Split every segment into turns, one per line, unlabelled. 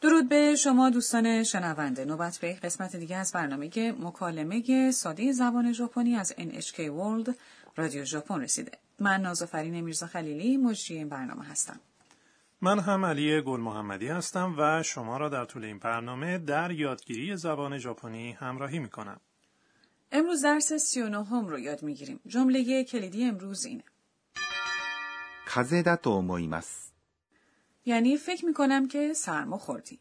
درود به شما دوستان شنونده نوبت به قسمت دیگه از برنامه مکالمه ساده زبان ژاپنی از NHK World رادیو ژاپن رسیده من نازافرین میرزا خلیلی مجری این برنامه هستم
من هم علی گل محمدی هستم و شما را در طول این برنامه در یادگیری زبان ژاپنی همراهی می کنم.
امروز درس 39 هم رو یاد میگیریم جمله کلیدی امروز اینه
風邪だと思います。
یعنی فکر میکنم که سرما خوردی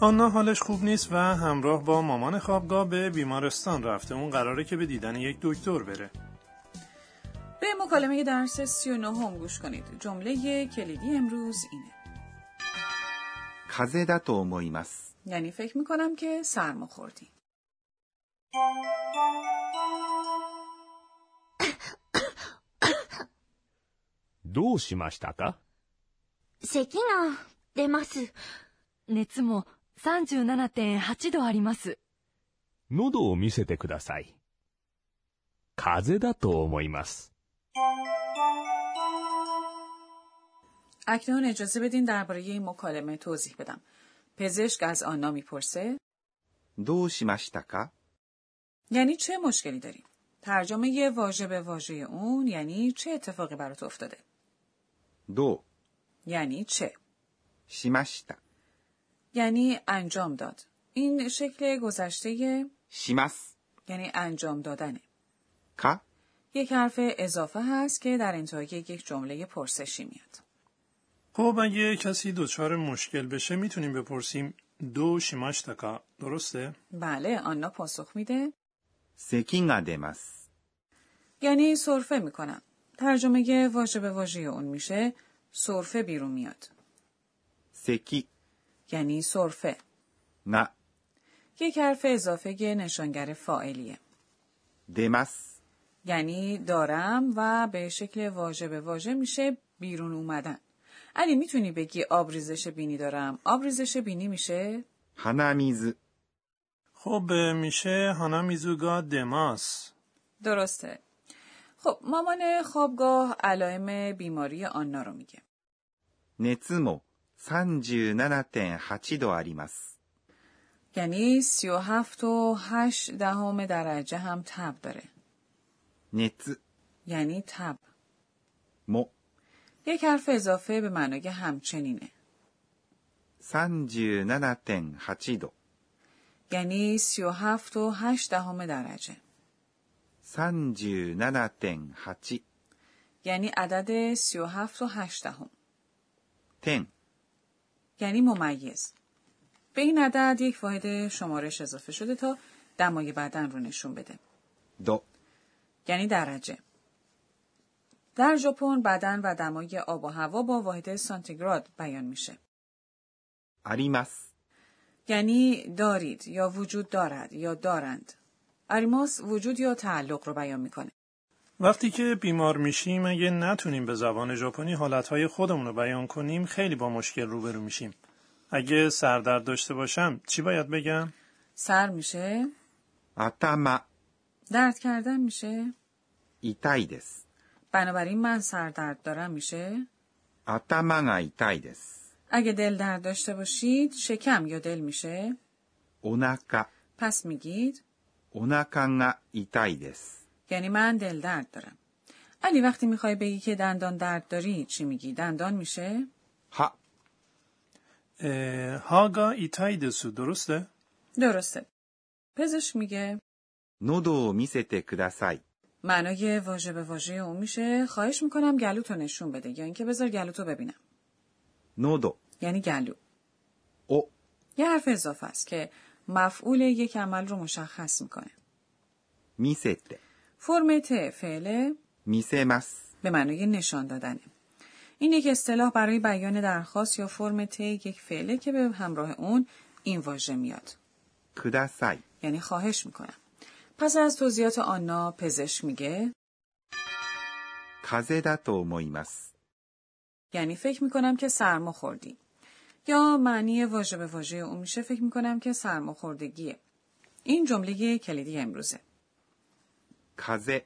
آنا حالش خوب نیست و همراه با مامان خوابگاه به بیمارستان رفته اون قراره که به دیدن یک دکتر بره
به مکالمه درس 39 هم گوش کنید جمله کلیدی امروز اینه
風邪だと思います。
یعنی فکر میکنم که سرما خوردی
どうしましたか
咳が出ます。
熱も37.8度あります。
喉を見せてください。風邪だと思います。
اکنون اجازه بدین درباره این مکالمه توضیح بدم پزشک از آنا میپرسه
どうしましたか
یعنی چه مشکلی داری ترجمه یه واژه به واژه اون یعنی چه اتفاقی برات افتاده
どう
یعنی چه
しました。
یعنی انجام داد این شکل گذشته یعنی
します。
انجام دادنه
か
یک حرف اضافه هست که در انتهای یک جمله پرسشی میاد
خب اگه کسی دچار مشکل بشه میتونیم بپرسیم دو شیماشتکا درسته؟
بله آنا پاسخ میده
咳が出ます。
یعنی سرفه میکنم ترجمه واژه به واژه اون میشه سرفه بیرون میاد
咳
یعنی سرفه
が
یک حرف اضافه که نشانگر فاعلیه
出ます。
یعنی دارم و به شکل واژه به واژه میشه بیرون اومدن علی میتونی بگی آبریزش بینی دارم آبریزش بینی میشه
鼻水
خب میشه هانا میزوگا دماس
درسته خب مامان خوابگاه علائم بیماری آنا رو میگه
熱も37.8度あります。
یعنی سی و هفت و هشت دهم درجه هم تب داره
熱
یعنی تب
も
یک حرف اضافه به معنای همچنینه
37.8度。
یعنی سی و هفت و هشت دهم درجه
37.8
یعنی عدد سی و هفت و هشت دهم
点
یعنی ممیز به این عدد یک واحد شمارش اضافه شده تا دمای بدن رو نشون بده
度
یعنی درجه در ژاپن بدن و دمای آب و هوا با واحد سانتیگراد بیان میشه
あります。
یعنی دارید یا وجود دارد یا دارند اریماس وجود یا تعلق رو بیان میکنه
وقتی که بیمار میشیم اگه نتونیم به زبان ژاپنی حالتهای خودمون رو بیان کنیم خیلی با مشکل روبرو میشیم اگه سردرد داشته باشم چی باید بگم؟
سر میشه
頭
درد کردن میشه
痛いです。
بنابراین من سردرد دارم میشه
頭が痛いです。
اگه دل درد داشته باشید شکم یا دل میشه
お腹
پس میگید
お腹が痛いです。
یعنی من دل درد دارم علی وقتی میخوای بگی که دندان درد داری چی میگی دندان میشه
歯、
اه، هاگا ایتای دسو درسته؟
درسته پزشک میگه
喉を見せてください。
معنای واژه به واژه اون میشه خواهش میکنم گلوتو نشون بده یا اینکه بذار گلوتو ببینم
喉
یعنی گلو
を
یه حرف اضافه است که مفعول یک عمل رو مشخص میکنه
見せて、
فرم ت فعله
見せます。
به معنای نشان دادنه این یک اصطلاح برای بیان درخواست یا فرم ت یک فعله که به همراه اون این واژه میاد
ください。
یعنی خواهش میکنم پس از توضیحات آنا پزشک میگه
風邪だと思います。
یعنی فکر میکنم که سرما خوردی یا معنی واژه به واژه اون میشه فکر میکنم که سرما خوردگیه این جمله کلیدی امروزه
風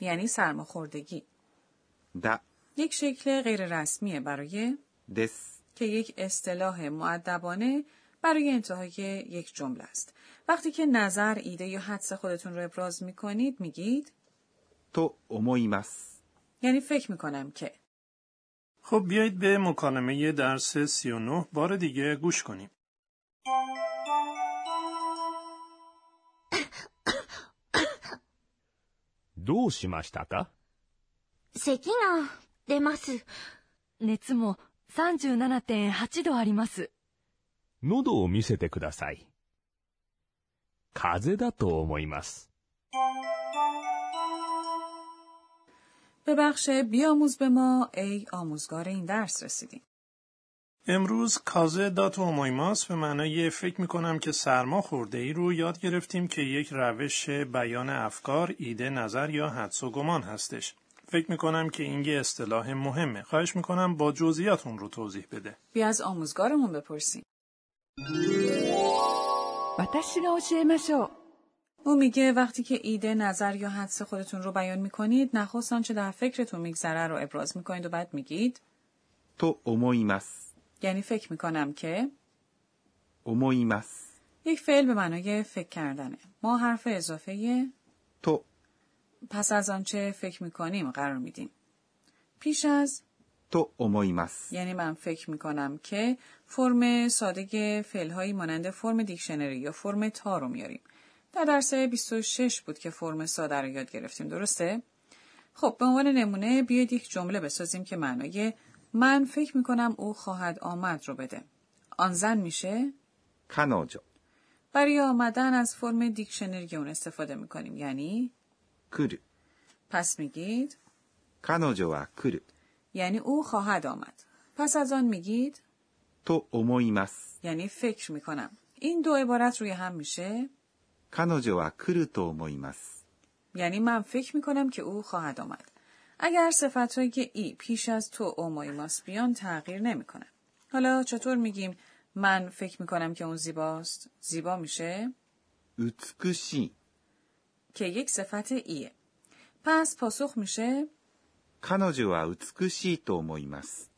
یعنی سرما خوردگی
邪だ
یک شکل غیررسمی برای
です。
که یک اصطلاح معدبانه برای انتهای یک جمله است. وقتی که نظر، ایده یا حدس خودتون رو ابراز می کنید میگید
と思います。
یعنی فکر می کنم که
خب بیایید به مکالمه درس 39 بار دیگه گوش کنیم.
どうしましたか
咳が出ます。
熱も37.8度あります。
喉を見せてください。風邪だと思います。
به بخش بیاموز به ما ای آموزگار این درس رسیدیم.
امروز کازه داتو اومویماس به معنای فکر میکنم که سرما خورده ای رو یاد گرفتیم که یک روش بیان افکار، ایده، نظر یا حدس و گمان هستش. فکر میکنم که این یه اصطلاح مهمه. خواهش میکنم با جزئیات اون رو توضیح بده.
بیا از آموزگارمون بپرسیم. او میگه وقتی که ایده، نظر یا حدس خودتون رو بیان می کنید، نخست آنچه در فکرتون میگذره رو ابراز می کنید و بعد میگید
と思います。
یعنی فکر می کنم که
思います。
یک فعل به معنای فکر کردنه. ما حرف اضافه
と
پس از آنچه فکر میکنیم قرار میدیم. پیش از
と思います。
یعنی من فکر میکنم که فرم ساده فعلهایی مانند فرم دیکشنری یا فرم تا رو میاریم. در درس 26 بود که فرم ساده رو یاد گرفتیم درسته؟ خب به عنوان نمونه بیاید یک جمله بسازیم که معنای من فکر میکنم او خواهد آمد رو بده. آن زن میشه؟
彼女、
برای آمدن از فرم دیکشنری اون استفاده میکنیم یعنی
来る。
پس میگید
彼女は来る。
یعنی او خواهد آمد. پس از آن میگید
と思います。
یعنی فکر میکنم. این دو عبارت روی هم میشه
彼女は来ると思います。
یعنی من فکر میکنم که او خواهد آمد. اگر صفتهایی که ای پیش از تو اومایماس بیان تغییر نمیکنه. حالا چطور میگیم من فکر میکنم که اون زیباست؟ زیبا میشه
美しい。
که یک صفت ایه. پس پاسخ میشه
彼女は美しいと思います。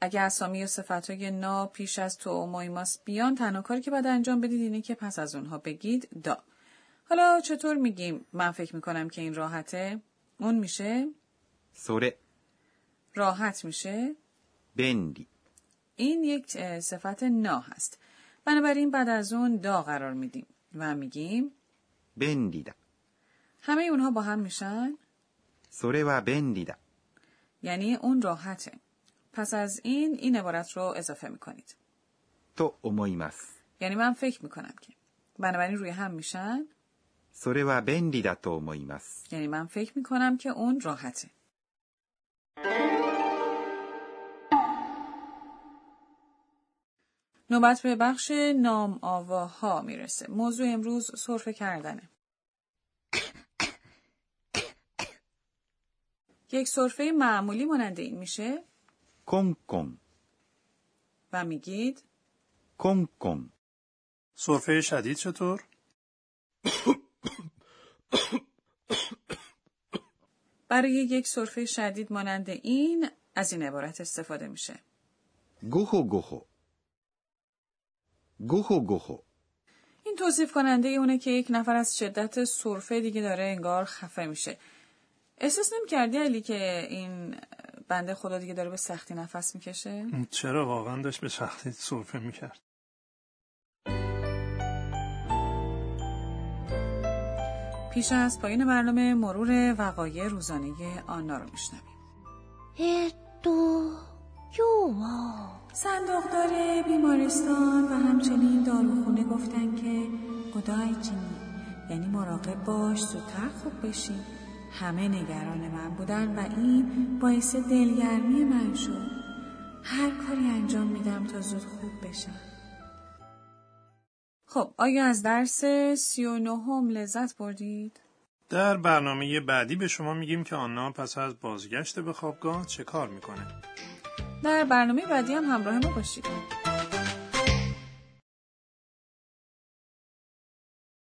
اگر اسامی و صفتهای نا پیش از تو اومایماس بیان تنها کاری که باید انجام بدید اینه که پس از اونها بگید دا. حالا چطور میگیم من فکر میکنم که این راحته؟ اون میشه
それ、
راحت میشه
便利。
این یک اه، صفت نا هست. بنابراین بعد از اون دا قرار میدیم و میگیم
便利だ。
همه اونها با هم میشن
それは便利だ。
یعنی اون راحته. پس از این این عبارت رو اضافه میکنید.
と思います。
یعنی من فکر میکنم که بنابراین روی هم میشن
それは便利だと思います。
یعنی من فکر میکنم که اون راحته. نوبت به بخش نام آواها میرسه. موضوع امروز صرفه کردنه. یک صرفه معمولی مانند این میشه
コンコン、
و میگید
コンコン、
سرفه شدید چطور؟
برای یک صرفه شدید مانند این از این عبارت استفاده میشه.
ごほごほ。ごほごほ、
این توصیف کننده اونه که یک نفر از شدت سرفه دیگه داره انگار خفه میشه احساس نمی کردی علی که این بنده خدا دیگه داره به سختی نفس میکشه
چرا واقعا داشت به سختی سرفه میکرد؟
پیش از پایین برنامه مرور وقایع روزانه آنا رو میشنویم
えーっと、今日は、
صندوقدار بیمارستان و همچنین داروخونه گفتن که خدای چینی یعنی مراقب باش زودتر خوب بشی همه نگران من بودن و این باعث دلگرمی من شد هر کاری انجام میدم تا زود خوب بشم خب آیا از درس سی و نهم لذت بردید؟
در برنامه بعدی به شما میگیم که آنا پس از بازگشت به خوابگاه چه کار میکنه.
در برنامه بعدی هم همراه ما باشید